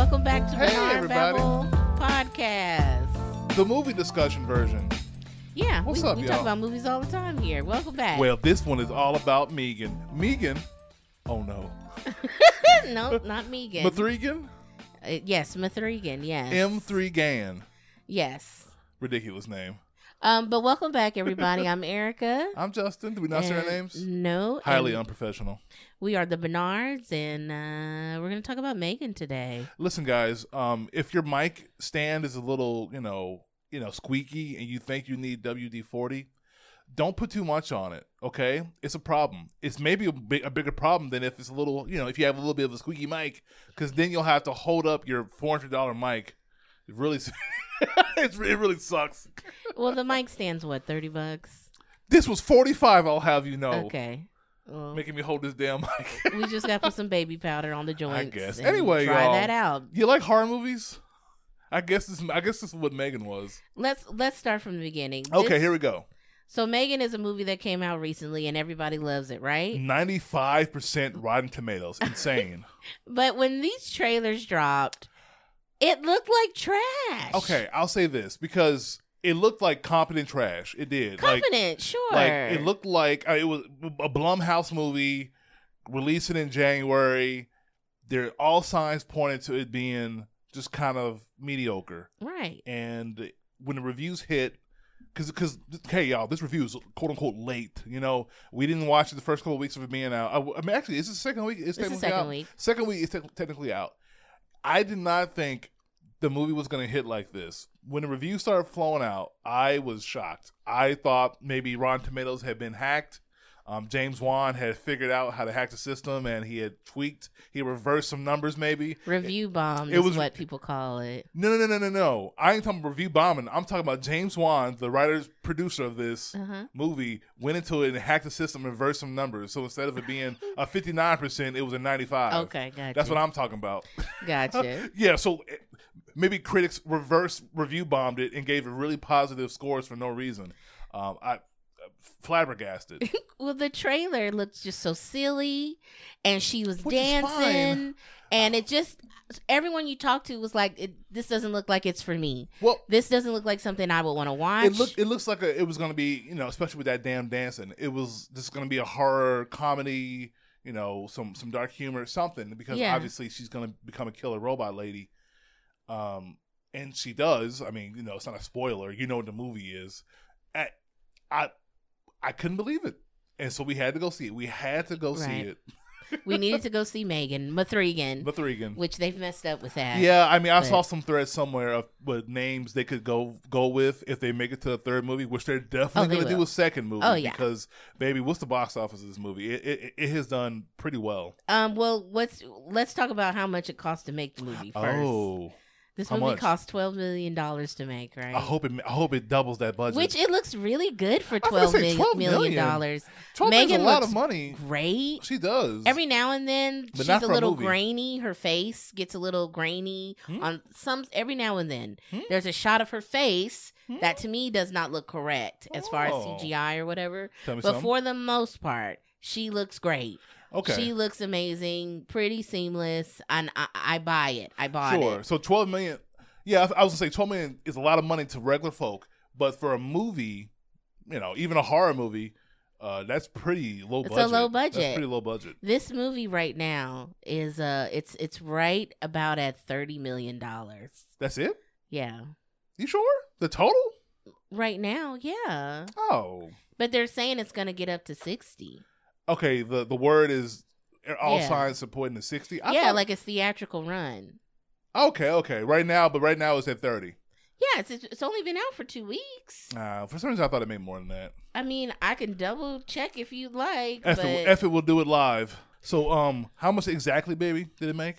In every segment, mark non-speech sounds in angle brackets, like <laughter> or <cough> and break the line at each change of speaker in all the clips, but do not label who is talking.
Hey, everybody.
Marvel podcast.
The movie discussion version.
Yeah,
What's
we,
up,
we
y'all?
talk about movies all the time here. Welcome back.
Well, this one is all about Megan. Megan? Oh no.
<laughs> no, not Megan.
Mathregan?
Uh, yes, Mithrigan. Yes.
M3 Gan.
yes.
Ridiculous name.
Um, but welcome back, everybody. I'm Erica.
<laughs> I'm Justin. Do we not say our
And-
names?
No.
Highly
and
unprofessional.
We are the Bernards, and uh, we're going to talk about Megan today.
Listen, guys, um, if your mic stand is a little, you know, you know, squeaky and you think you need WD forty, don't put too much on it. Okay, it's a problem. It's maybe a, big, a bigger problem than if it's a little, you know, if you have a little bit of a squeaky mic, because then you'll have to hold up your four hundred dollar mic. It really, s- <laughs> it's, it really sucks.
Well, the mic stands what thirty bucks.
This was forty five. I'll have you know,
Okay. Well,
making me hold this damn mic. <laughs>
we just got to put some baby powder on the joints.
guess.
and
Anyway,
try
y'all.
that out.
you like horror movies? I guess this. I guess this is what Megan was.
Let's let's start from the beginning.
Okay,
This-
here we go.
So Megan is a movie that came out recently and everybody loves it, right?
95%
<laughs>
Rotten Tomatoes. Insane.
But when these trailers dropped, it looked like trash.
okay, I'll say this because it looked like competent trash. It did.
Confident, sure.
Like, like it looked like uh, it was a Blumhouse movie releasing in January. They're all signs pointed to it being just kind of mediocre.
right.
and when the reviews hit because because hey y'all this review is quote unquote late you know we didn't watch it the first couple weeks of it being out I, I mean actually it's the second week
It's
it's,
the
technically
second
out
week.
second week it's tec- technically out i did not think the movie was going to hit like this when the reviews started flowing out i was shocked i thought maybe Rotten tomatoes had been hacked um, james wan had figured out how to hack the system and he had tweaked he reversed some numbers maybe
Review bomb
it
is
was-
what people call it.
no, no, no, no, no, no. I ain't talking about review bombing. I'm talking about James Wan, the writer's producer of this
Uh-huh.
movie, went into it and hacked the system and reversed some numbers. So instead of it being a 59%, it was a 95.
Okay, gotcha.
That's what <laughs> I'm talking about. <laughs>
gotcha.
Yeah, so it, maybe critics reverse review bombed it and gave it really positive scores for no reason. Um, I flabbergasted.
well, the trailer looked just so silly and she was
Which is
dancing and it just everyone you talked to was like it, this doesn't look like it's for me.
Well,
This doesn't look like something I would want to watch.
It looked. It looks like a, it was going to be, you know, especially with that damn dancing. It was just going to be a horror comedy, you know, some some dark humor, something. Because
Yeah.
obviously she's going to become a killer robot lady, um, and she does. I mean, you know, it's not a spoiler. You know what the movie is. I, I, I couldn't believe it, and so we had to go see it. We had to go see
Right.
it.
we needed to go see Megan Mathrigan.
Mithrigan.
which they've messed up with that.
Yeah, I mean, I
But-
saw some threads somewhere of with names they could go go with if they make it to a third movie, which they're
Oh,
definitely
they
going to do
will.
a second movie.
Oh, yeah.
because baby, what's the box office of this movie? It it, it has done pretty well.
Um. Well, what's let's talk about how much it costs to make the movie first.
Oh,
this
how
movie
much?
cost twelve million dollars to make, right?
I hope it I hope it doubles that budget.
which it looks really good for
was gonna
twelve
say
million
$12
million
million.
dollars.
twelve is a
Megan
lot
looks
of money.
Great.
She does.
Every now and then
But
she's
not
a
for a
little
movie.
grainy. Her face gets a little grainy
Hmm?
on some. Every now and then
Hmm?
there's a shot of her face
Hmm?
that to me does not look correct as far as
Oh.
CGI or whatever.
Tell me
But
something.
for the most part, she looks great.
okay,
She looks amazing, pretty seamless, and I, I buy it. I bought
sure.
it.
So twelve million. Yeah, I, I was gonna say twelve million is a lot of money to regular folk, but for a movie, you know, even a horror movie. Uh, that's pretty low
It's a
budget.
low
That's
budget.
pretty low budget.
This movie right now is uh it's it's right about at thirty million dollars.
That's it.
Yeah.
You sure? The total?
Right now, yeah.
Oh.
But they're saying it's gonna get up to sixty.
Okay, the the word is all
Yeah.
signs supporting the 60. I
yeah,
thought-
like a theatrical run.
Okay, okay. Right now, but right now it's at 30.
Yeah, it's it's only been out for two weeks.
Uh, for some reason I thought it made more than that.
I mean, I can double check if you'd like,
F
but
it, F it will do it live. So um how much exactly baby did it make?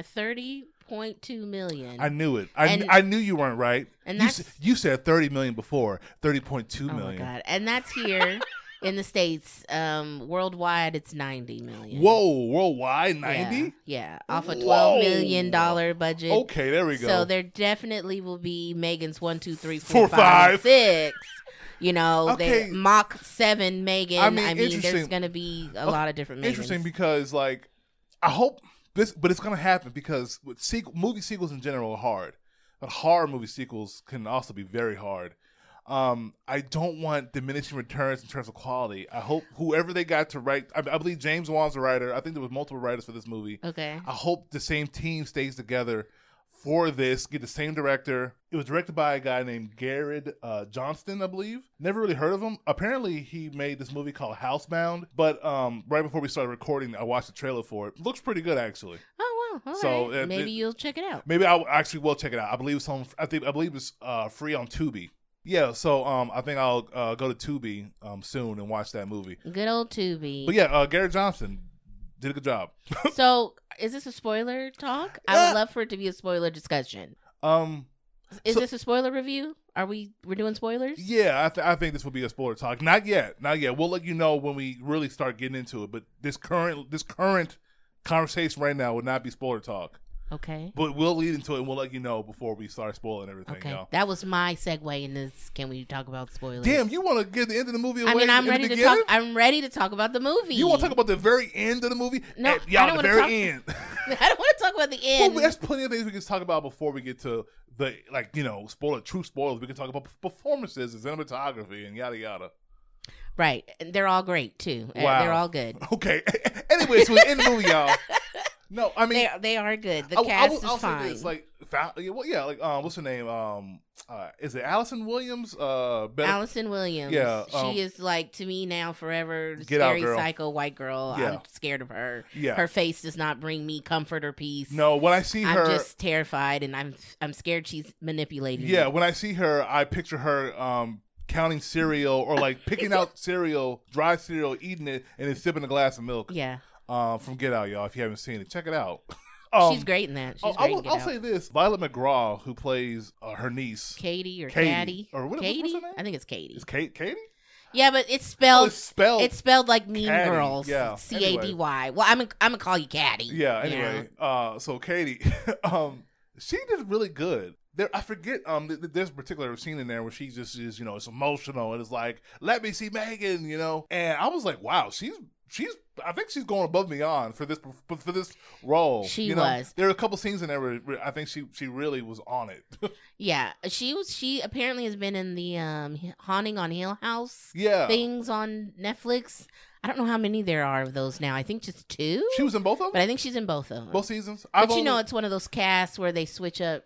thirty point two million.
I knew it. I,
And-
kn- I knew you weren't right.
and
you,
that's
s- you said 30 million before, 30.2
Oh
million.
my god! And that's here in the states. Um, worldwide, it's ninety million.
Whoa, worldwide 90?
Yeah, yeah, off a twelve million dollar budget.
Okay, there we go.
So there definitely will be Megan's one, two, three, four,
Four, five.
five, six. You know,
Okay.
they mock seven Megan.
I
I
mean,
mean,
interesting.
there's going to be a lot of different Megans.
interesting because like I hope This, but it's gonna happen because with sequ- movie sequels in general are hard, but horror movie sequels can also be very hard. Um, I don't want diminishing returns in terms of quality. I hope whoever they got to write, I, I believe James Wan's a writer. I think there was multiple writers for this movie.
Okay.
I hope the same team stays together for this. Get the same director. It was directed by a guy named Garrett uh, Johnston, I believe. Never really heard of him. Apparently, he made this movie called Housebound. But um, right before we started recording, I watched the trailer for it. Looks pretty good, actually.
Oh wow. All
So,
right.
uh,
Maybe
it-
you'll check it out.
Maybe I will- actually will check it out. I believe it's on. I think I believe it's uh, free on Tubi. Yeah, so um, I think I'll uh, go to Tubi um, soon and watch that movie.
Good old Tubi.
But yeah, uh, Garrett Johnston did a good job. <laughs>
So is this a spoiler talk? I
Yeah.
would love for it to be a spoiler discussion.
Um,
Is
So-
this a spoiler review? Are we we're doing spoilers?
Yeah, I, th- I think this will be a spoiler talk. Not yet, not yet. We'll let you know when we really start getting into it. But this current this current conversation right now would not be spoiler talk.
Okay.
But we'll lead into it and we'll let you know before we start spoiling everything.
Okay.
Y'all.
That was my segue in this. Can we talk about spoilers?
Damn, you want to give the end of the movie away?
I mean, I'm
in
ready
the
to
beginning?
talk. I'm ready to talk about the movie.
You
<laughs>
want to talk about the very end of the movie?
No,
At-
I
y'all,
don't wanna
the very
talk- <laughs>
end.
I don't want to talk about the
well,
end.
there's plenty of things we can talk about before we get to the like you know spoiler true spoilers. We can talk about performances and cinematography and yada yada.
right. And they're all great too. Uh,
Wow.
They're all good.
Okay. <laughs> anyway, so we end the movie, y'all. No, I
They
mean
they are good. The
I- I
cast
will-
is
I'll say
fine.
this, like, fa- yeah, well, yeah, like, um, what's her name? Um, uh, is it Allison Williams? Uh, better,
Allison Williams.
Yeah, um,
she is like to me now forever
Get out,
scary
girl.
psycho white girl.
Yeah.
I'm scared of her.
yeah.
Her face does not bring me comfort or peace.
no, when I see
I'm
her,
just terrified and I'm I'm scared she's manipulating. me.
yeah, when I see her, I picture her, um, counting cereal or like picking
<laughs>
out cereal, dry cereal, eating it, and then sipping a glass of milk.
Yeah.
Um, from Get Out, y'all. If you haven't seen it, check it out. <laughs> um,
Mm-hmm. she's great in that. She's
oh,
great
I
in
will,
Get
I'll
Out.
say this: Violet McGraw, who plays uh, her niece,
Katie or
Katie.
Caddy.
Or what- what's her
Katie?
name?
I think it's Katie.
is Kate Katie?
Yeah, but it's
Oh,
spelled
it's spelled.
it's spelled like Mean
Caddy,
Girls.
yeah.
C A D Y. Well, I'm i I'm gonna call you Caddy.
Yeah.
you know?
Anyway, uh, so Katie, <laughs> um, she did really good. There, I forget. Um, th- th- there's a particular scene in there where she just is, you know, it's emotional and it's like, "Let me see Megan," you know. And I was like, "Wow, she's she's. I think she's going above and beyond for this for, for this role."
She
you know?
was.
There are a couple scenes in there where, where I think she she really was on it. <laughs>
Yeah, she was. She apparently has been in the um haunting on Hill House
yeah.
things on Netflix. I don't know how many there are of those now. I think just two,
she was in both of
but
them,
I think she's in both of them.
both seasons.
but
I've
you
only-
know, it's one of those casts where they switch up,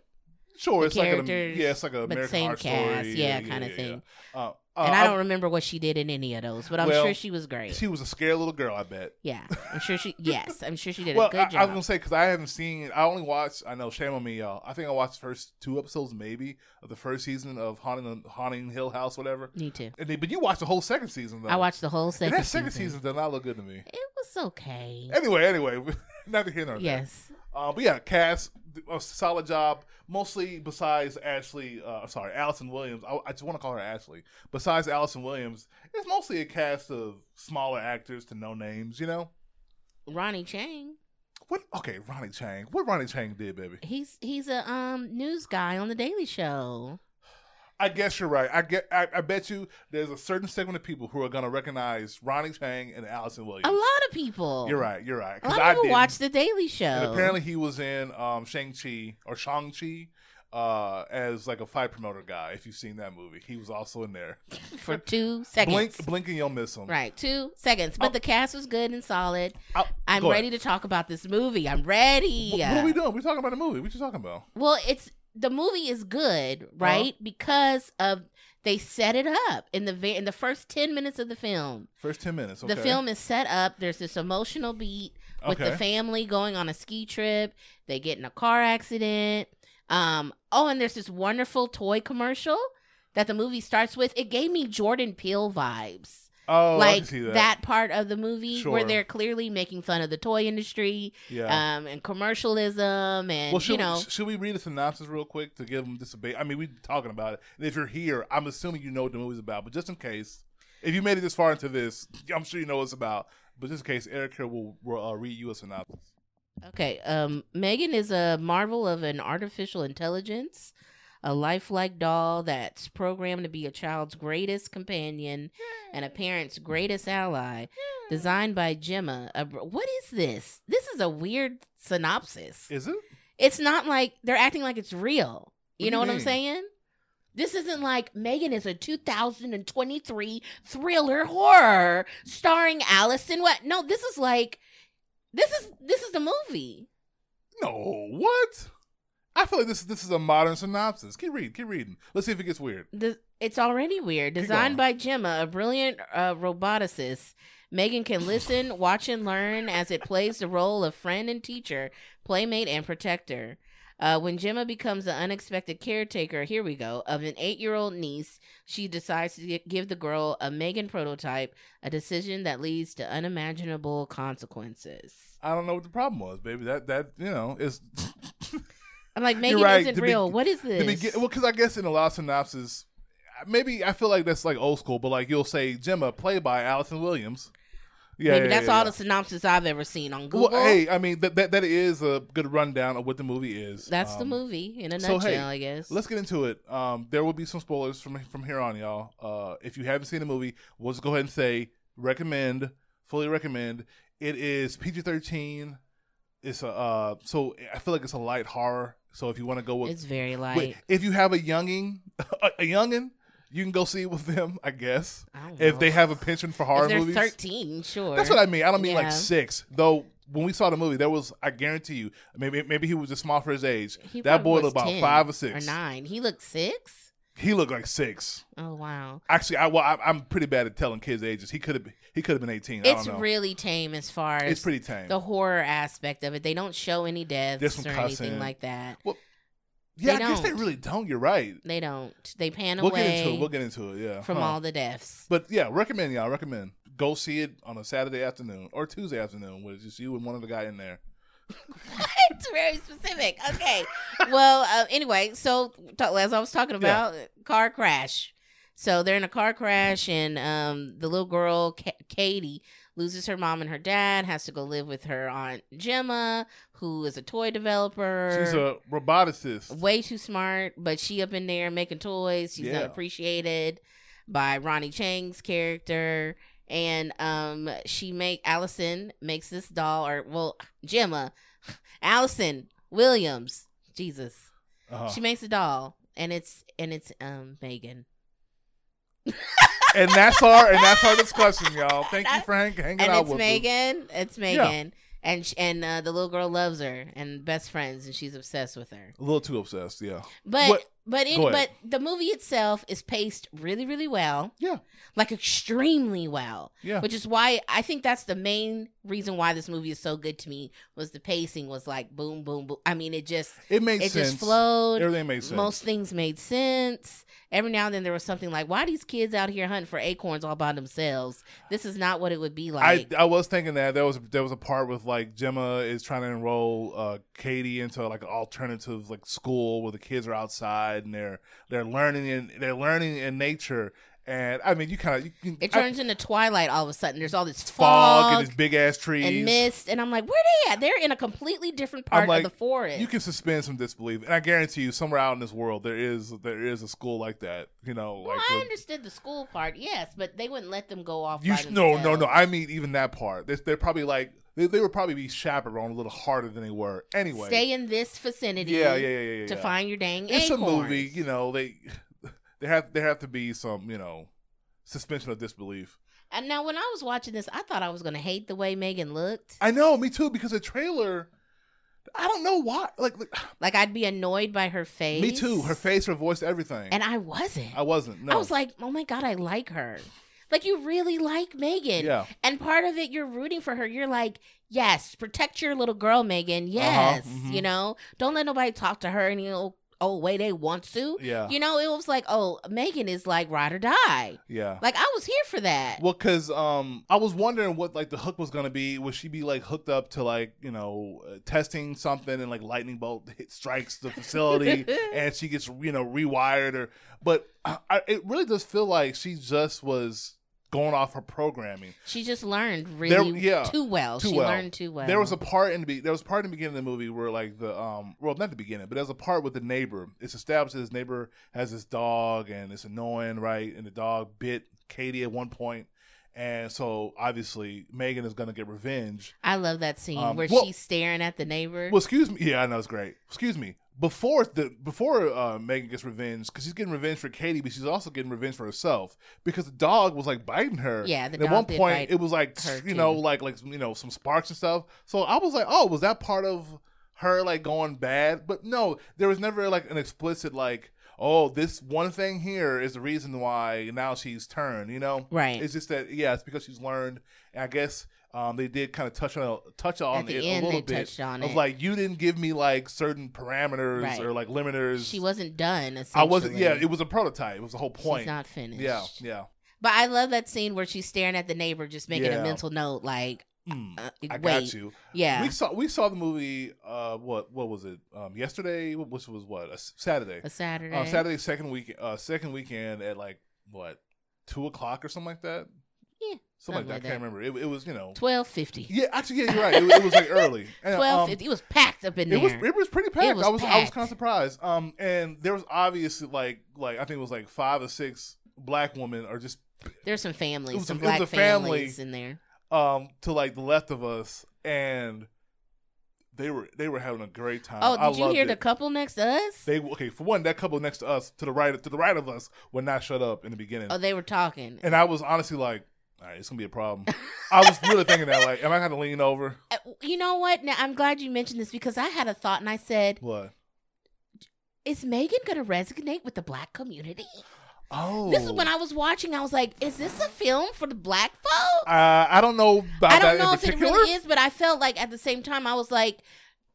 sure,
the
it's like an,
characters,
yeah, it's like an
but
American
same
Horror
cast,
Story,
yeah, kind of thing.
yeah. Uh, uh,
and I don't remember what she did in any of those, but I'm
Well,
sure she was great.
She was a scared little girl, I bet.
yeah, I'm sure she. Yes, I'm sure she did
well,
a good
I, I was
job.
gonna say because I haven't seen. I only watched. I know, shame on me, y'all. I think I watched the first two episodes, maybe of the first season of Haunting Haunting Hill House, whatever.
Me too.
And they, but you watched the whole second season though.
I watched the whole
And
second,
that second
season.
season. did not look good to me.
It was okay.
Anyway, anyway, <laughs> not to hear nor there.
Yes.
Uh, but yeah, Cass, a solid job. Mostly besides Ashley, uh, sorry, Allison Williams. I, I just want to call her Ashley. Besides Allison Williams, it's mostly a cast of smaller actors to no names. You know
Ronnie Chang.
what? Okay, Ronnie Chang. What Ronnie Chang did, baby.
He's he's a um news guy on the Daily Show.
I guess you're right. I get. I, I bet you there's a certain segment of people who are gonna recognize Ronnie Chang and Allison Williams.
A lot of people.
You're right. You're right.
A
'cause
lot
I
of people
didn't.
watch the Daily Show.
And apparently, he was in um, Shang Chi or Shang Chi uh, as like a fight promoter guy. If you've seen that movie, he was also in there.
<laughs> for two seconds.
Blink, blink, and you'll miss him.
Right, two seconds. But
Oh.
the cast was good and solid.
I'll-
I'm
go ahead.
ready to talk about this movie. I'm ready.
Wh- What are we doing? We're talking about a movie. What you talking about?
Well, it's the movie is
Uh-huh.
good, right? Because of they set it up in the ve- in the first ten minutes of the film.
First ten minutes. Okay.
The film is set up. There's this emotional beat. with
Okay.
the family going on a ski trip. They get in a car accident. Um, oh, and there's this wonderful toy commercial that the movie starts with. It gave me Jordan Peele vibes.
oh, I
like
can see that.
part of the movie where
Sure.
they're clearly making fun of the toy industry
Yeah.
um, and commercialism and,
well, should,
you know.
we, should we read a synopsis real quick to give them this debate? I mean, we're talking about it. And if you're here, I'm assuming you know what the movie's about. But just in case, if you made it this far into this, I'm sure you know what it's about. But just in case, Eric here will, will uh, read you a synopsis.
Okay. Um, Megan is a marvel of an artificial intelligence, a lifelike doll that's programmed to be a child's greatest companion and a parent's greatest ally, designed by Gemma. A br- What is this? This is a weird synopsis.
Is it?
It's not like they're acting like it's real. You
What do
know
you
what I'm
mean?
saying? This isn't like Megan is a 2023 thriller horror starring Allison. What? No, this is like this is this is the movie.
No. What? I feel like this this is a modern synopsis. Keep reading. Keep reading. Let's see if it gets weird.
The, it's already weird.
Keep
Designed by
going.
Gemma, a brilliant uh, roboticist, Megan can listen, watch, and learn as it plays the role of friend and teacher, playmate, and protector. Uh, when Gemma becomes the unexpected caretaker, here we go, of an eight year old niece, she decides to gi- give the girl a Megan prototype, a decision that leads to unimaginable consequences.
I don't know what the problem was, baby. That that you know
<laughs>
is
I'm like,
You're
Megan
right.
isn't
To be-
real. what is
the
this?
begin. Well, because I guess in a lot of synopsis, maybe I feel like that's like old school, but like you'll say Gemma, played by Allison Williams. Yeah,
Maybe
yeah,
that's
yeah,
all
yeah.
the synopsis I've ever seen on Google.
Well, hey, I mean that, that that is a good rundown of what the movie is.
That's the
Um,
movie in a
so,
nutshell,
hey,
I guess.
Let's get into it. Um, there will be some spoilers from from here on, y'all. Uh, if you haven't seen the movie, we'll just go ahead and say recommend, fully recommend. It is PG thirteen. It's a uh, so I feel like it's a light horror. So if you want to go with,
it's very light.
with- if you have a younging, a, <laughs> a youngin, you can go see it with them, I guess.
I don't
If
know.
they have a penchant for horror
if they're
movies,
13, sure.
that's what I mean. I don't mean
Yeah.
like six. Though when we saw the movie, there was I guarantee you, maybe maybe he was just small for his age.
He
that
probably
boy
was
looked about
10
five or six.
Or nine. He looked six?
He looked like six.
Oh, wow.
Actually, I well, I, I'm pretty bad at telling kids ages. He could have he could have been 18. I
It's
don't know.
really tame as far as
it's pretty tame.
the horror aspect of it. They don't show any
There's
deaths
some
or
cussing.
anything like that.
yeah, I
they
guess they
don't.
really don't. You're right.
They don't. They pan
We'll get
away
into it. We'll get into it. Yeah.
from
Huh.
all the deaths.
But yeah, recommend y'all. Recommend go see it on a Saturday afternoon or Tuesday afternoon with just you and one other guy in there.
<laughs> It's very specific. Okay. well, uh, anyway, so t- as I was talking
Yeah.
about, car crash. So they're in a car crash, and um, the little girl, Ca Katie, loses her mom and her dad, has to go live with her aunt Gemma, who is a toy developer.
She's a roboticist.
way too smart, but she up in there making toys. She's
Yeah.
not appreciated by Ronnie Chang's character. And um she make Allison makes this doll or well Gemma. <laughs> Allison Williams. Jesus.
Uh-huh.
She makes a doll and it's and it's um Megan.
and that's our and that's our discussion, y'all. Thank you
That's-
for hang, hanging
and
out
it's
with us.
Megan. It's
Yeah.
Megan. And sh- and uh, the little girl loves her and best friends and she's obsessed with her.
A little too obsessed. Yeah.
But
What-
but in,
Go
but
ahead.
the movie itself is paced really really well.
Yeah.
Like extremely well,
Yeah.
which is why I think that's the main reason why this movie is so good to me was the pacing was like boom boom boom. I mean it just
it made
it
sense.
just flowed.
Everything made sense.
Most things made sense. Every now and then there was something like why these kids out here hunting for acorns all by themselves? This is not what it would be
I,
like.
I was thinking that there was there was a part with like Gemma is trying to enroll uh, Katie into like an alternative like school where the kids are outside and they're they're learning in they're learning in nature and I mean you kind of you can,
it
I-
turns into twilight all of a sudden. There's all this
fog,
fog,
and these big ass trees
and mist, and I'm like, where they at? They're in a completely different
I'm
part
like,
of the forest.
You can suspend some disbelief, and I guarantee you, somewhere out in this world, there is there is a school like that. You know,
well,
like
I
with-
understood the school part, yes, but they wouldn't let them go off.
you
by
sh- no no
themselves.
no. I mean, even that part, they, they're probably like they, they would probably be chaperoned a little harder than they were anyway.
Stay in this vicinity.
yeah, yeah, yeah, yeah, yeah.
To
yeah.
find your dang
it's a
acorns.
movie, you know. They <laughs> there have there have to be some, you know, suspension of disbelief.
And now, when I was watching this, I thought I was going to hate the way Megan looked.
I know, me too, because the trailer. I don't know why. Like, like,
Like I'd be annoyed by her face.
me too. Her face, her voice, everything.
And I wasn't.
I wasn't. No,
I was like, oh my god, I like her. Like you really like Megan.
yeah,
And part of it, you're rooting for her. You're like, yes, protect your little girl, Megan. Yes,
mhm.
you know, don't let nobody talk to her any old, old way "Oh, they want to.
yeah,
You know, it was like, oh, Megan is like ride or die.
yeah.
Like I was here for
<laughs>
that.
Well, cause um, I was wondering what like the hook was gonna be. Would she be like hooked up to like you know uh, testing something and like lightning bolt <laughs> hit, strikes the
<laughs>
facility and she uh, gets you know rewired or? But I, I, it really does feel like she just was going off her programming.
She just learned really
yeah,
too well.
too
she
well.
learned too well.
There was a part in the be- there was part in the beginning of the movie where like the um well not the beginning but there's a part with the neighbor. It's established that his neighbor has this dog and it's annoying, right? And the dog bit Katie at one point, and so obviously Megan is gonna get revenge.
I love that scene
Um,
where
well-
she's staring at the neighbor.
Well, excuse me. Yeah, I know it's great. Excuse me. Before the before uh, Megan gets revenge, because she's getting revenge for Katie, but she's also getting revenge for herself because the dog was like biting her.
Yeah, the
And at
dog
one
did
point
bite
it was like
her,
you know
too.
like like you know some sparks and stuff. So I was like, oh, was that part of her like going bad? But no, there was never like an explicit like, oh, this one thing here is the reason why now she's turned. You know,
right.
it's just that yeah, it's because she's learned. And I guess um, they did kind of touch on touch on
At the
it
end,
a
they
little bit
touched on
of
it.
like you didn't give me like certain parameters
Right.
or like limiters.
she wasn't done.
I wasn't. Yeah,
essentially.
it was a prototype. It was the whole
She's
point.
not finished.
Yeah, yeah.
But I love that scene where she's staring at the neighbor, just making
Yeah.
a mental note, like,
Mm,
uh,
I
wait,
got you.
yeah,
We saw we saw the movie. Uh, what what was it? Um, yesterday, which was what a s- Saturday.
a Saturday.
Uh, Saturday second week. Uh, second weekend at like what two o'clock or something like that.
Yeah, something
something like that. I
like
can't remember. It, it was you know.
twelve fifty.
Yeah, actually, yeah, you're right. It, was- it was
<laughs>
like early. And, um,
Twelve fifty. It was packed up in there.
It was it was pretty packed.
was
I was I was
packed.
kind of surprised. Um, and there was obviously like like I think it was like five or six black women or just
There's some
it
families,
was a-
some
it was
black
a family.
families in there.
um to like the left of us, and they were they were having a great time.
Oh,
Uh, I
did you
loved
hear
it.
the couple next to us?
They okay for one that couple next to us to the right to the right of us would not shut up in the beginning,
oh, they were talking.
and I was honestly like, all right, it's gonna be a problem. I was really thinking that like, am I gonna lean over?
Uh, You know what? Now I'm glad you mentioned this because I had a thought and I said,
What?
"Is Megan gonna resonate with the black community?"
Oh,
This is when I was watching. I was like, "Is this a film for the black folk?"
Uh, I don't know about
I
that
don't know
in
if it
particular.
really is, but I felt like at the same time I was like,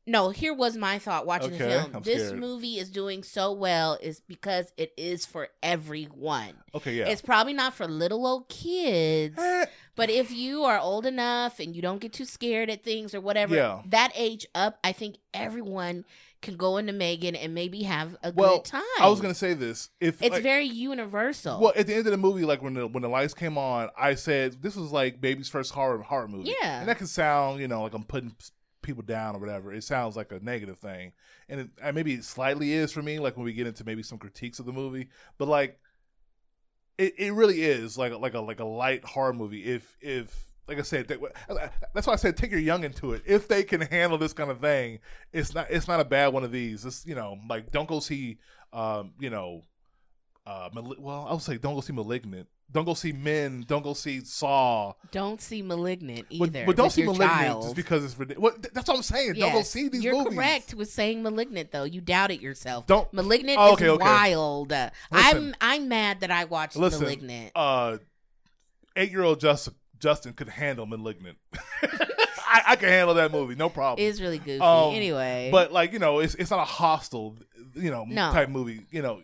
no, here was my thought watching the
Okay,
film.
I'm
this
scared.
movie is doing so well is because it is for everyone.
Okay, yeah.
It's probably not for little old kids,
Eh,
but if you are old enough and you don't get too scared at things or whatever,
Yeah.
that age up, I think everyone can go into Megan and maybe have a
Well,
good time.
I was gonna say this. If
It's
like,
very universal.
well, at the end of the movie, like when the when the lights came on, I said this was like baby's first horror horror movie.
Yeah.
and that can sound you know like I'm putting s- people down or whatever. It sounds like a negative thing, and it, and maybe it slightly is for me. Like when we get into maybe some critiques of the movie, but like it, it really is like a- like a like a light horror movie. If if like I said, that, uh, that's why I said take your young into it. If they can handle this kind of thing, it's not it's not a bad one of these. It's you know like don't go see um you know uh Mali- well I would say don't go see malignant. Don't go see men. Don't go see Saw.
don't see malignant
But,
either.
but don't
with
see
your
malignant
child.
just because it's ridiculous. Well, th- that's what I'm saying. Don't go
Yes,
see these
You're
movies.
correct with saying malignant though. You doubted yourself.
Don't-
malignant
Oh, okay,
is
okay.
wild. Uh,
Listen.
I'm I'm mad that I watched
Listen.
malignant.
Uh, eight year old Justin Justin could handle malignant. <laughs> I, I can handle that movie, no problem.
It's really goofy.
Um,
anyway,
but like you know, it's it's not a hostile, you know,
No.
type movie. You know,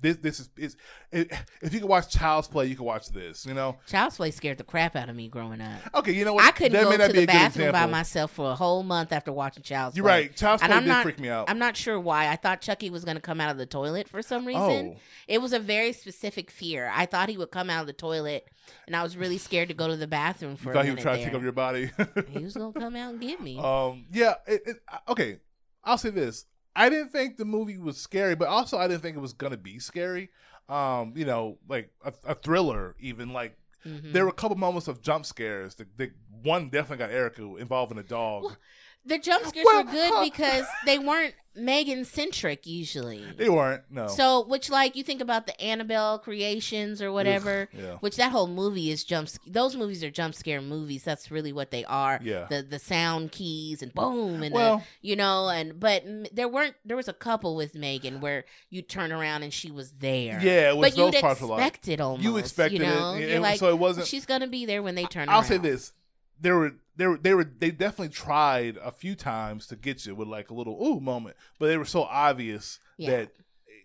this this is is it, if you can watch Child's Play, you can watch this. You know,
Child's Play scared the crap out of me growing up.
okay, you know what?
I couldn't
That may
go
not
to
be a
the
good
bathroom by
example.
myself for a whole month after watching Child's
You're
Play.
right. Child's
And
Play
I'm
did
not-
freak me out.
I'm not sure why. I thought Chucky was going to come out of the toilet for some reason.
Oh.
It was a very specific fear. I thought he would come out of the toilet, and I was really scared to go to the bathroom for
you
a
thought he
minute
would try to
there.
take over your body. <laughs>
He was going to come out and get me.
um, yeah. It, it, okay, I'll say this. I didn't think the movie was scary, but also I didn't think it was gonna be scary. Um, you know, like a, a thriller, even like
Mhm.
there were a couple moments of jump scares. The, the one definitely got Erica involving a dog.
Well, The jump scares
Well,
were good
huh.
because they weren't Megan centric usually.
<laughs> They weren't. No.
So, which like you think about the Annabelle creations or whatever,
Yeah.
which that whole movie is jump. sc- Those movies are jump scare movies. That's really what they are.
Yeah. Mm.
The the sound keys and boom and the-
Well,
you know and but m- there weren't there was a couple with Megan where you turn around and she was there.
yeah, it was
But
those
you'd
parts a lot.
expect it almost.
You expected
you know?
it,
You're
and- and
like,
so it wasn't.
she's gonna be there when they turn.
I'll
around.
say this: there were there were they were they definitely tried a few times to get you with like a little ooh moment, but they were so obvious
Yeah.
that,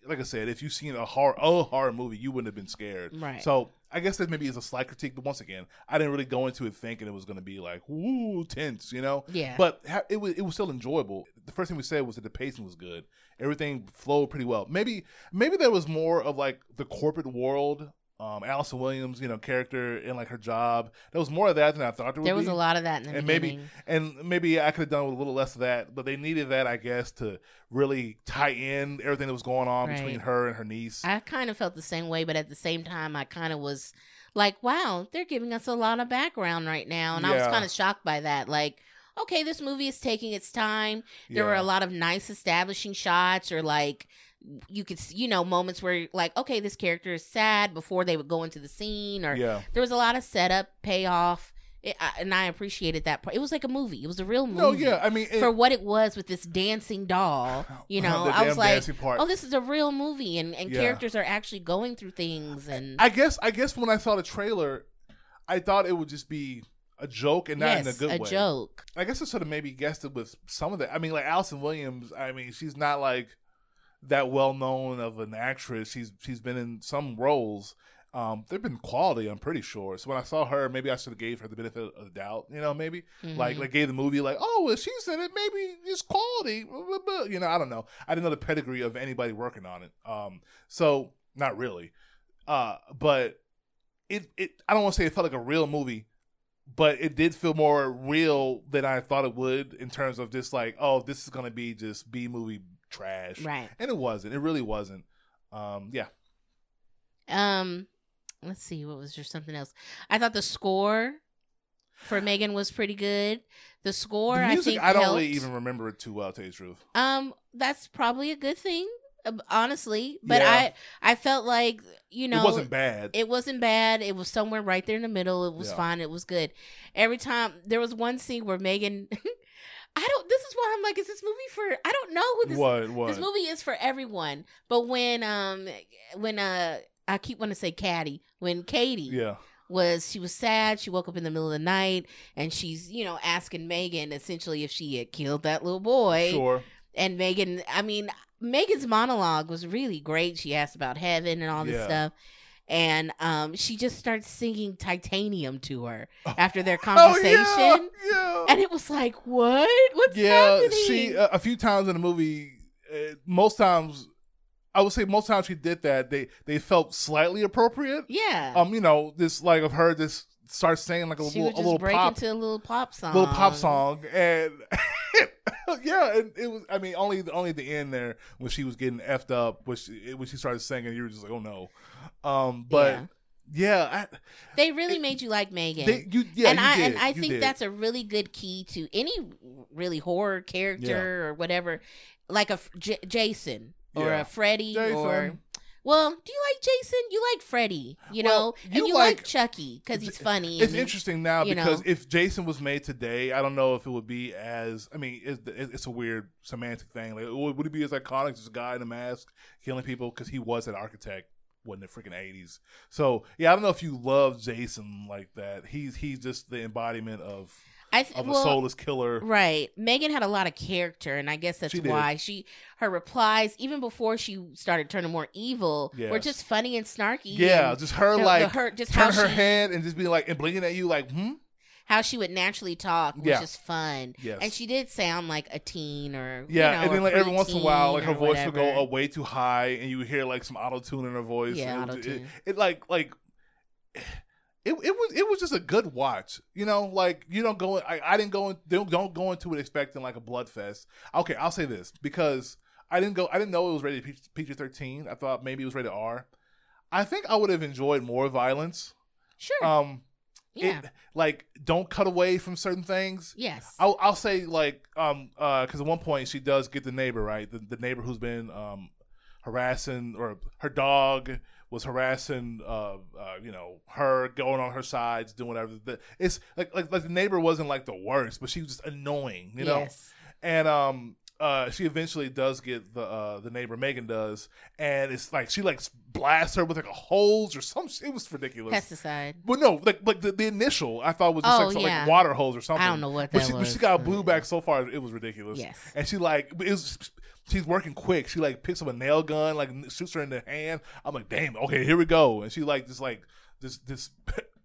like I said, if you've seen a horror a horror movie, you wouldn't have been scared.
Right.
So I guess that maybe is a slight critique, but once again, I didn't really go into it thinking it was going to be like woo tense, you know.
Yeah.
But ha- it was it was still enjoyable. The first thing we said was that the pacing was good. Everything flowed pretty well. Maybe maybe there was more of like the corporate world um, Allison Williams, you know, character and like her job. There was more of that than I thought there,
There
would
was
be.
a lot of that in the
and maybe
beginning.
and maybe I could have done with a little less of that, but they needed that, I guess, to really tie in everything that was going on between
Right.
her and her niece.
I kind of felt the same way, but at the same time, I kind of was like, wow, they're giving us a lot of background right now. And I was
Yeah.
kind of shocked by that. Like, okay, this movie is taking its time. There were
Yeah.
a lot of nice establishing shots or like, you could, s- you know, moments where like, okay, this character is sad before they would go into the scene, or <laughs>
yeah,
there was a lot of setup, payoff, it, I, and I appreciated that part. It was like a movie; it was a real movie
no, yeah. I mean, it-
for what it was with this dancing
<laughs>
doll. You
the
know, I was
damn
like,
dancing part.
oh, this is a real movie, and, and
Yeah.
characters are actually going through things, and
I guess, I guess when I saw the trailer, I thought it would just be a joke and not
yes,
in a good way.
joke.
I guess I sort of maybe guessed it with some of that. I mean, like Allison Williams. I mean, she's not like that well known of an actress. She's she's been in some roles. Um, they've been quality. I'm pretty sure. So when I saw her, maybe I should have gave her the benefit of the doubt. You know, maybe like
Mhm.
like gave the movie like, oh, well, she's in it. Maybe it's quality. blah, blah, blah. You know, I don't know. I didn't know the pedigree of anybody working on it. Um, so not really. Uh, but it it I don't want to say it felt like a real movie, but it did feel more real than I thought it would in terms of just like, oh, this is gonna be just B movie trash,
right.
and it wasn't. It really wasn't. Um, yeah,
Um, let's see, what was there something else? I thought the score
<gasps>
for Megan was pretty good. The score,
the music
I think,
I, don't
helped.
really even remember it too well. To tell you the truth,
Um, that's probably a good thing, um, honestly. But
Yeah.
I, I felt like you know,
it wasn't bad.
it wasn't bad. It was somewhere right there in the middle. It was
Yeah.
fine. It was good. Every time there was one scene where Megan, <laughs> I don't. This is why I'm like, is this movie for? I don't know who this.
what what?
This movie is for everyone. But when um when uh I keep wanting to say Caddy when Katie
yeah,
was she was sad. She woke up in the middle of the night and she's you know asking Megan essentially if she had killed that little boy
sure.
and Megan, I mean, Megan's monologue was really great. She asked about heaven and all this
Yeah.
stuff. And um, she just starts singing titanium to her
Oh.
after their
<laughs> Oh,
conversation.
yeah, yeah.
And it was like, what? What's
yeah,
happening?
she uh, a few times in the movie. Uh, most times, I would say most times she did that. They they felt slightly appropriate.
yeah.
Um, you know, this like I've heard this starts saying like a
she
little
would
a
just
little
break
pop
into a little pop song.
little pop song and. <laughs> yeah, and it was. I mean, only only at the end there when she was getting effed up, which when she started singing, you were just like, "Oh no!" Um, but yeah,
They really
It-
made you like Megan.
I, they, you yeah,
and
you
I
did,
and I
you
think
did.
that's a really good key to any really horror character
Yeah.
or whatever, like a F- J- Jason or
Yeah.
a Freddy or.
Jason.
Well, do you like Jason? You like Freddy, you know,
Well,
and
you
you like,
like-
Chucky because he's funny.
It's
and-
interesting now
you
because
know.
if Jason was made today, I don't know if it would be as. I mean, it's, it's a weird semantic thing. Like, would would it be as iconic as a guy in a mask killing people? Because he was an architect, wasn't the freaking eighties. So yeah, I don't know if you love Jason like that. He's he's just the embodiment of
I th-
of a
well,
soulless killer.
Right. Megan had a lot of character, and I guess that's
She did.
why she her replies, even before she started turning more evil, were
Yes.
just funny and snarky.
Yeah,
and
just her
the- the
like
her- just how
turn her
she
head and just be like and blinking at you like hmm.
how she would naturally talk was
Yeah.
just fun.
Yes.
And she did sound like a teen or you
Yeah,
know,
and then
or
like every once in a while, like
preteen
her
or
voice would go
whatever.
uh, way too high, and you would hear like some auto tune in her voice.
Yeah,
and it, was- it,
auto-tune.
it like like it, it was it was just a good watch, you know. Like you don't go, I, I didn't go in, don't don't go into it expecting like a blood fest. Okay, I'll say this because I didn't go, I didn't know it was rated PG thirteen. I thought maybe it was rated R. I think I would have enjoyed more violence.
Sure.
Um,
yeah.
it, like don't cut away from certain things.
yes.
I'll, I'll say like um uh because at one point she does get the neighbor right the, the neighbor who's been um harassing or her dog was harassing uh, uh you know her going on her sides doing whatever The- it's like like like the neighbor wasn't like the worst but she was just annoying you know
Yes.
and um uh she eventually does get the uh the neighbor Megan does and it's like she like blasts her with like a hose or some sh- it was ridiculous.
Pesticide.
Well, no, like like the, the initial I thought was just
Oh,
like, some,
yeah.
like water hose or something.
I don't know what that
But she, but
was.
she got
but-
blue back so far, it was ridiculous.
Yes.
<laughs> And she like it was, she's working quick. She like picks up a nail gun, like shoots her in the hand. I'm like, damn, okay, here we go. And she like just <laughs> like this this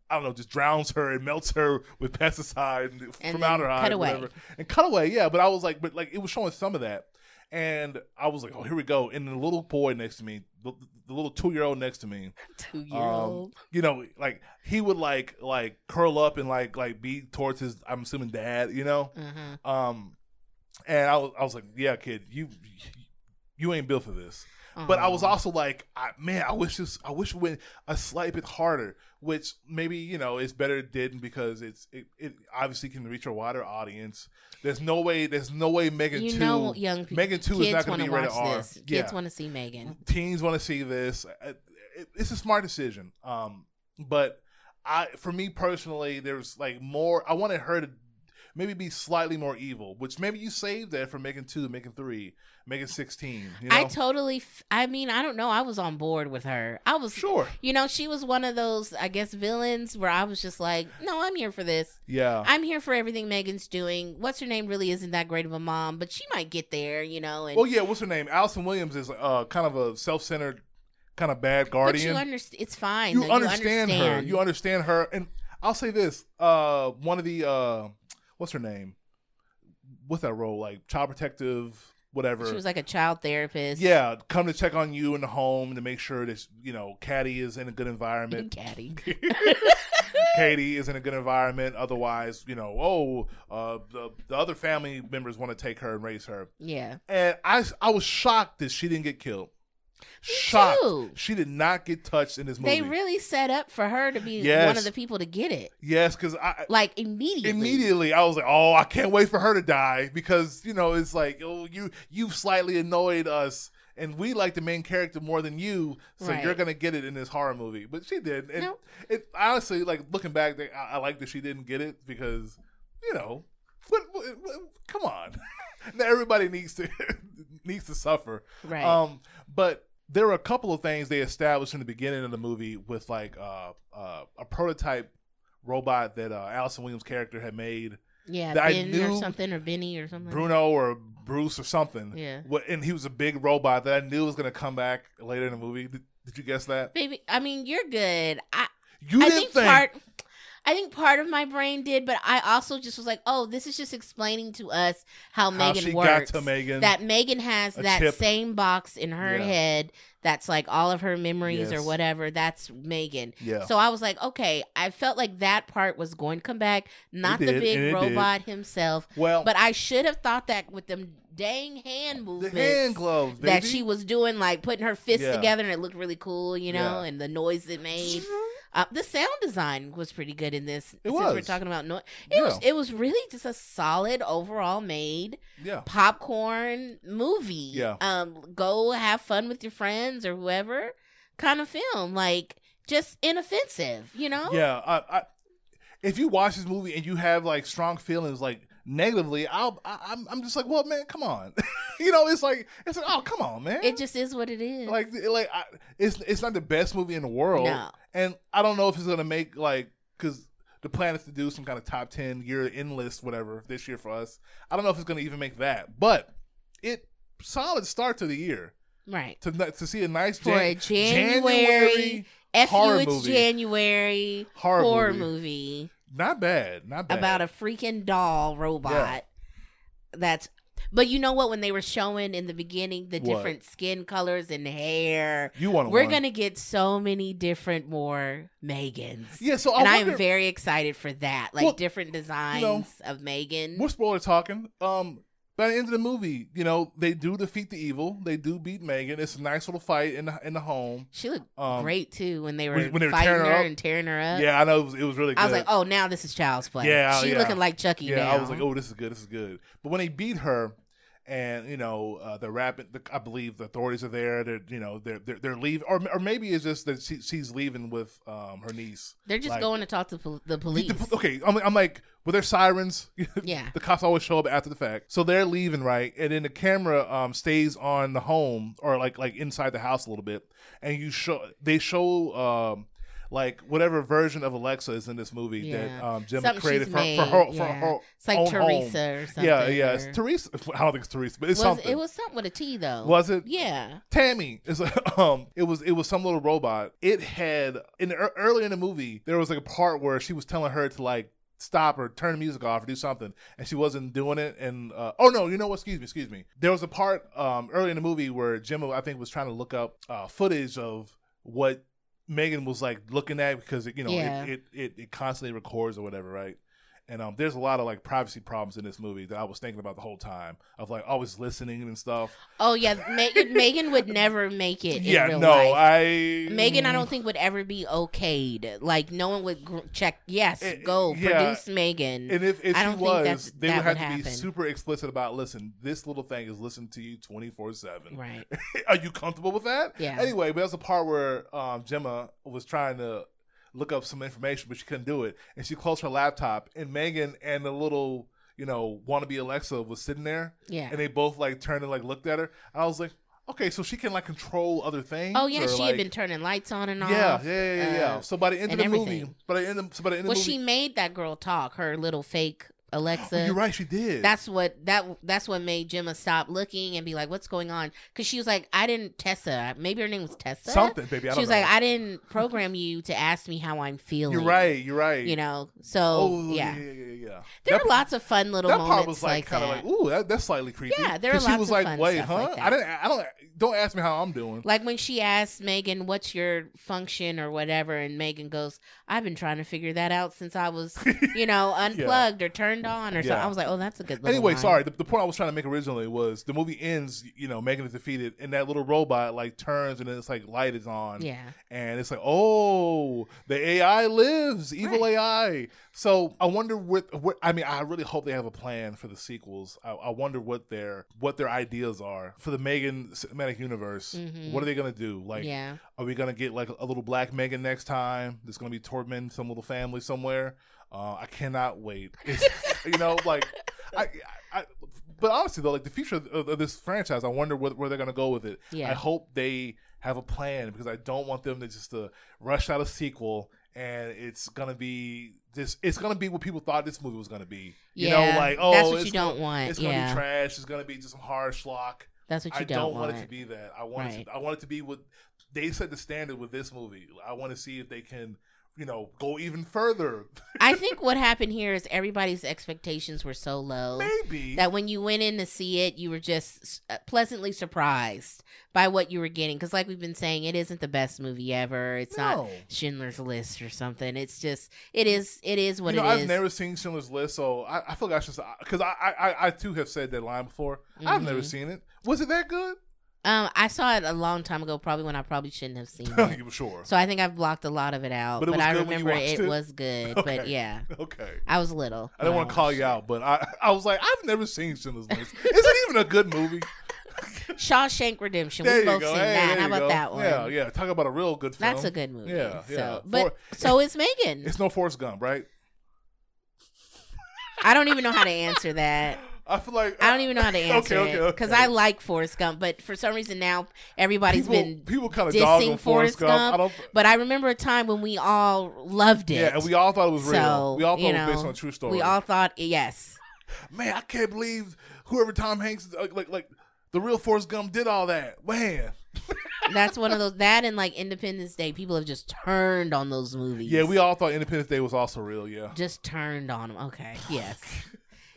I don't know, just drowns her and melts her with pesticide and
And
from
then
out her eye,
cutaway.
whatever. And cutaway, yeah. But I was like, but like it was showing some of that. And I was like, oh, here we go. And the little boy next to me, the, the little two year old next to me,
Two year old.
you know, like he would like like curl up and like like be towards his, I'm assuming dad, you know.
uh-huh.
Um, and I was I was like, yeah, kid, you you ain't built for this. But I was
Aw.
also like, I, man, I wish this, I wish it went a slight bit harder, which maybe you know it's better it didn't because it's it, it obviously can reach a wider audience. There's no way, there's no way Megan
you
two,
know, young people.
Megan two is
Kids
not
want
going to
to
be rated
watch
R.
this. Kids want to see Megan.
teens want to see this. Uh, it- It's a smart decision. Um, but I, for me personally, there's like more. I wanted her to maybe be slightly more evil, which maybe you saved that for making two, making three, making sixteen. You know,
I totally. F- I mean, I don't know. I was on board with her. I was.
sure,
You know, she was one of those, I guess, villains where I was just like, no, I'm here for this.
yeah,
I'm here for everything Megan's doing. What's her name really isn't that great of a mom, but she might get there, you know. And
Well, yeah, what's her name? Allison Williams is uh, kind of a self-centered, kind of bad
but you
guardian.
understand. It's fine.
You
though.
understand,
you
her. You understand her. And I'll say this: uh, one of the uh, what's her name? What's that role? Like child protective, whatever.
she was like a child therapist.
yeah, come to check on you in the home to make sure that you know Caddy is in a good environment.
Caddy.
Katie is in a good environment. Otherwise, you know, oh, uh, the, the other family members want to take her and raise her.
Yeah.
and I I was shocked that she didn't get killed. shocked.
too.
She did not get touched in this movie.
They really set up for her to be
Yes.
one of the people to get it.
yes, because I
Like immediately.
immediately I was like, oh, I can't wait for her to die because you know it's like, oh, you you've slightly annoyed us. And we like the main character more than you, so
Right.
you're gonna get it in this horror movie. But she did, and
Nope.
it honestly, like looking back, they- I, I like that she didn't get it because, you know, what, what, what, come on, <laughs> now everybody needs to <laughs> needs to suffer.
Right.
Um, but there were a couple of things they established in the beginning of the movie with like uh, uh, a prototype robot that uh, Allison Williams' character had made,
yeah.
that I
Ben or
knew-
something or Benny or something.
Bruno or Bruce or something.
Mm-hmm. Yeah.
What, and he was a big robot that I knew was going to come back later in the movie. Did, did you guess that?
Baby, I mean, you're good. I,
You
I
didn't
think part I think part of my brain did, but I also just was like, oh, this is just explaining to us how,
how
Megan
she
works.
got to Megan.
that Megan has
A
that
chip.
same box in her
Yeah.
head that's like all of her memories or
Yes.
whatever. That's Megan.
yeah.
So I was like, okay, I felt like that part was going to come back, not the
did, and it
big
did.
robot himself.
well,
But I should have thought that with them dang hand
the
movements
hand gloves, baby.
that she was doing, like putting her fists
Yeah.
together, and it looked really cool, you know,
Yeah.
and the noise it made. Uh, the sound design was pretty good in this.
It
since We're
was.
talking about noise. It
Yeah.
was. It was really just a solid overall made
yeah.
popcorn movie.
Yeah.
Um, go have fun with your friends or whoever kind of film. Like just inoffensive, you know.
Yeah, I, I, if you watch this movie and you have like strong feelings like negatively, I'll, I, I'm I'm just like, well, man, come on, <laughs> you know, it's like it's like, oh, come on, man,
It just is what it is.
like like I, it's it's not the best movie in the world,
no.
and I don't know if it's gonna make like because the plan is to do some kind of top ten year in list whatever this year for us. I don't know if it's gonna even make that, but it solid start to the year
Right.
to to see a nice
For a January, F you,
horror
it's
movie.
January
horror,
horror
movie.
movie.
Not bad, not bad.
about a freaking doll robot. That's but you know what? When they were showing in the beginning the
What?
different skin colors and hair,
You want to?
we're gonna get so many different more Megans.
Yeah, so
and
I
I
wonder.
am very excited for that. Like
Well,
different designs of Megan.
we're spoiler talking. Um, by the end of the movie, you know they do defeat the evil. They do beat Megan. It's a nice little fight in the in the home.
She looked
Um,
great too when they were
when- when they were
fighting
tearing
her,
her up?
and tearing her up.
Yeah, I know it was, it was really good.
I was like, oh, now this is child's play.
Yeah,
she
yeah.
looking like Chucky
yeah,
now.
I was like, oh, this is good. This is good. But when they beat her, and you know uh, the rapid, the, I believe the authorities are there. They're you know they're they're, they're leaving, or or maybe it's just that she, she's leaving with um her niece.
they're just
like-
going to talk to pol- the police.
The- okay, I'm, I'm like, were there sirens? <laughs>
yeah,
The cops always show up after the fact. So they're leaving, right? And then the camera um, stays on the home or like like inside the house a little bit, and you show they show um, like whatever version of Alexa is in this movie that
Yeah.
um, Jim
Something
created
she's
for,
made,
for her for
yeah.
her.
it's like
own
Teresa
home.
or something.
yeah, yeah, it's
or-
Teresa. <laughs> I don't think it's Teresa, but it's
was,
something.
It was something with a T though.
Was it?
Yeah.
Tammy is <laughs> um it was it was some little robot. It had in the, ear- early in the movie there was like a part where she was telling her to like stop or turn the music off or do something, and she wasn't doing it. And uh, oh no, you know what? Excuse me, excuse me. There was a part um, early in the movie where Jim, I think, was trying to look up uh, footage of what Megan was like looking at because it, you know
Yeah.
it, it it it constantly records or whatever, right? And um, there's a lot of like privacy problems in this movie that I was thinking about the whole time of like always listening and stuff.
Oh yeah, Ma- Megan would never make it. in
yeah,
real
no,
life.
I Mm.
Megan, I don't think would ever be okayed. Like no one would gr- check. Yes,
It-
go
yeah.
produce Megan.
And if, if
I
she
don't think that's-
was, they
that
would have
would
to be
happen.
super explicit about. Listen, this little thing is listening to you twenty four seven.
right.
<laughs> Are you comfortable with that?
Yeah.
Anyway, but that's the part where um, Gemma was trying to look up some information, but she couldn't do it, and she closed her laptop. And Megan and the little, you know, wannabe Alexa was sitting there,
Yeah.
<laughs> and they both like turned and like looked at her. And I was like, okay, so she can like control other things.
Oh yeah,
or,
she
like-
had been turning lights on and off.
Yeah, yeah, yeah, yeah, yeah.
uh,
so by the end of
and
the movie,
everything.
by the end of so by the end of
Well,
the movie,
she made that girl talk. Her little fake Alexa.
<gasps> Oh, you're right, she did.
That's what that that's what made Gemma stop looking and be like, "What's going on?" Because she was like, "I didn't Tessa. Maybe her name was Tessa.
something, baby. I
she
don't
was
know.
like, "I didn't program you to ask me how I'm feeling."
You're right. You're right.
You know, so
Oh
yeah.
yeah, yeah, yeah, yeah. yeah.
there
That-
are lots of fun little
That
moments
part was like,
like,
kind of
that.
like, ooh, that, that's slightly creepy.
Yeah, there are
'Cause she
lots
was
of
like,
fun
wait,
stuff
huh?
like that.
I didn't. I don't. Don't ask me how I'm doing.
Like when she asked Megan, "What's your function or whatever?" and Megan goes, "I've been trying to figure that out since I
<laughs>
was, you know, unplugged or turned on or something."
Yeah.
I was like, "Oh, that's a good." Little
Anyway,
line.
sorry. The, the point I was trying to make originally was the movie ends. You know, Megan is defeated, and that little robot like turns, and then it's like light is on,
Yeah,
and it's like, oh, the AI lives, evil
Right.
AI. So I wonder what, what. I mean, I really hope they have a plan for the sequels. I, I wonder what their what their ideas are for the Megan cinematic universe.
Mhm.
What are they gonna do? Like,
yeah,
Are we gonna get like a little black Megan next time? That's gonna be tormenting some little family somewhere. Uh, I cannot wait. It's, <laughs> you know, like, I, I, I- but honestly though, like the future of, of this franchise, I wonder where, where they're gonna go with it.
Yeah.
I hope they have a plan because I don't want them to just uh, rush out a sequel and it's gonna be this. It's gonna be what people thought this movie was gonna be. You
yeah.
know, like oh,
that's what
it's
you
gonna-
don't want.
It's gonna
yeah,
be trash. It's gonna be just some hard schlock.
that's what you
I
don't, want.
it to be that. I want it
Right.
to, I want it to be what they set the standard with this movie. I want to see if they can, you know, go even further.
I think what happened here is everybody's expectations were so low.
Maybe.
that when you went in to see it, you were just s- uh, pleasantly surprised by what you were getting. Because, like we've been saying, it isn't the best movie ever. It's not
No. Mm.
Schindler's List or something. It's just it is it is what
you know,
it
I've
is.
never seen Schindler's List, so I, I feel like I should because I, I, I, I too have said that line before. I've never
Mhm.
seen it. Was it that good? <laughs>
Um, I saw it a long time ago, probably when I probably shouldn't have
<laughs>
seen
I
it.
am sure.
So I think I've blocked a lot of it out.
But
But,
it was
I
good when you
remember
watched
it,
it?
was
<laughs>
good. But
Okay.
yeah,
Okay.
I was little.
I don't want to call you out, but I, I was like, I've never seen Schindler's List. Is it even a good
<laughs>
movie?
<laughs> Shawshank Redemption.
There
We've
you
both
go.
seen
Hey,
that.
there
How
you
about
go.
that one?
Yeah, yeah. Talk about a real good film.
That's a good movie.
Yeah,
so,
yeah.
But so is Megan.
<laughs> It's no Forrest Gump, right?
I don't even know how to answer that.
I feel like
I don't even know how to
<laughs> Okay,
answer
okay, okay.
because I like Forrest Gump, but for some reason now everybody's
people,
been.
people kind of
dissing
dogging
Forrest
Forrest Gump. I
Gump.
don't.
But I remember a time when we all loved it.
Yeah, and we all thought it was real.
So,
We all thought
you
it was based
know,
on a true story.
We all thought yes,
man, I can't believe whoever Tom Hanks is, like like like the real Forrest Gump did all that. Man,
that's one of those that and like Independence Day. People have just turned on those movies.
yeah, we all thought Independence Day was also real. Yeah,
just turned on them.
<sighs>
Okay, yes.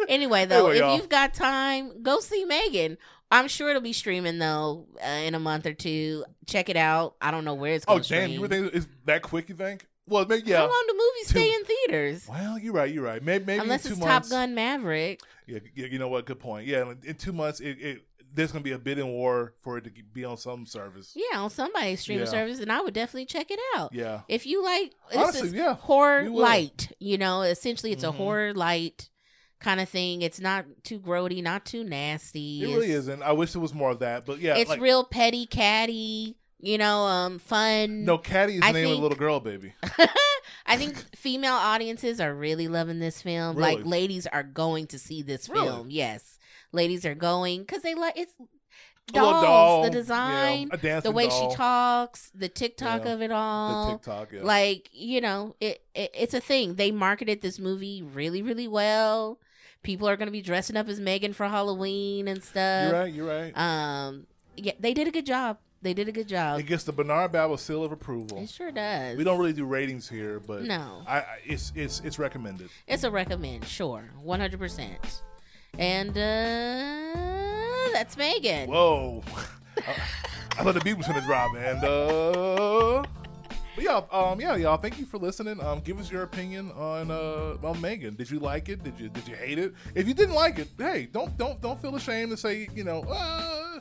anyway, though,
Anyway,
if
y'all.
you've got time, go see Megan. I'm sure it'll be streaming though uh, in a month or two. Check it out. I don't know where it's.
Oh
Gonna
damn, you
stream.
were thinking it's that quick? You think? Well, maybe
How
yeah.
long do movies
Two-
stay in theaters?
Well, you're right. You're right. Maybe, maybe
Unless
in two
it's
months.
Top Gun Maverick.
Yeah, yeah, you know what? Good point. Yeah, in- in two months, it, it there's gonna be a bidding war for it to be on some service.
Yeah, on somebody's streaming
Yeah.
service, and I would definitely check it out.
Yeah,
If you like, this
honestly,
is
yeah.
horror
we will.
light. You know, essentially, it's
Mhm.
a horror light kind of thing. It's not too grody, not too nasty.
It really
It's-
isn't. I wish there was more of that, but yeah,
it's
like,
real petty, catty. You know, um, fun.
no, Caddy is the
I
name of the
think-
little girl, baby.
I think <laughs> female audiences are really loving this film.
Really?
Like ladies are going to see this
Really?
film. Yes, ladies are going because they like it's
A little
dolls,
doll,
the design,
yeah, a dancing
the way
doll,
she talks, the TikTok
Yeah.
of it
the
all.
TikTok, yeah.
Like you know, it, it it's a thing. They marketed this movie really, really well. People are going to be dressing up as Megan for Halloween and stuff.
you're right, you're right.
Um, yeah, they did a good job. They did a good job.
It gets the Bernard Babel seal of approval.
It sure does.
We don't really do ratings here, but
No.
I, I it's it's it's recommended.
It's a recommend, sure, one hundred percent. And uh, that's Megan.
Whoa, <laughs> I, I thought the beat was gonna drop, and uh, but yeah, um, yeah, y'all. Thank you for listening. Um, give us your opinion on uh on Megan. Did you like it? Did you did you hate it? If you didn't like it, hey, don't don't don't feel ashamed to say you know. Uh,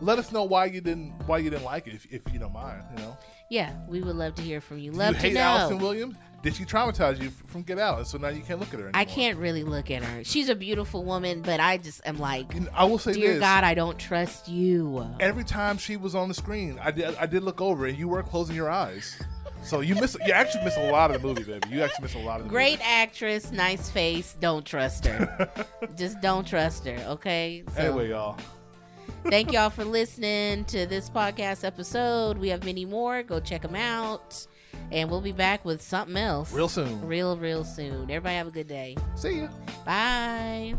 let us know why you didn't why you didn't like it if, if you don't mind. You know,
Yeah, we would love to hear from you.
Do
Love
you
to
hate
know.
Allison Williams. Did she traumatize you from Get Out? So now you can't look at her. Anymore.
I can't really look at her. She's a beautiful woman, but I just am like,
And I will say
dear
this.
God, I don't trust you.
every time she was on the screen, I did I did look over, and you were closing your eyes. So you miss you actually miss a lot of the movie, baby. You actually miss a lot of the
Great actress, nice face. Don't trust
<laughs>
her. just don't trust her. Okay. So-
Movie. Anyway, y'all,
<laughs> Thank y'all for listening to this podcast episode. We have many more. Go check them out. And we'll be back with something else
real soon.
real, real soon. Everybody have a good day.
See ya.
Bye.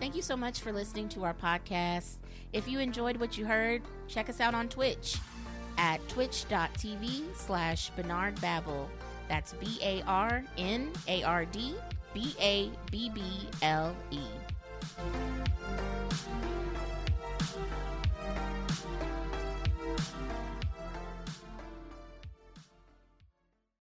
Thank you so much for listening to our podcast. If you enjoyed what you heard, check us out on Twitch at twitch.tv slash Bernard Babel. That's B A R N A R D B A B B L E.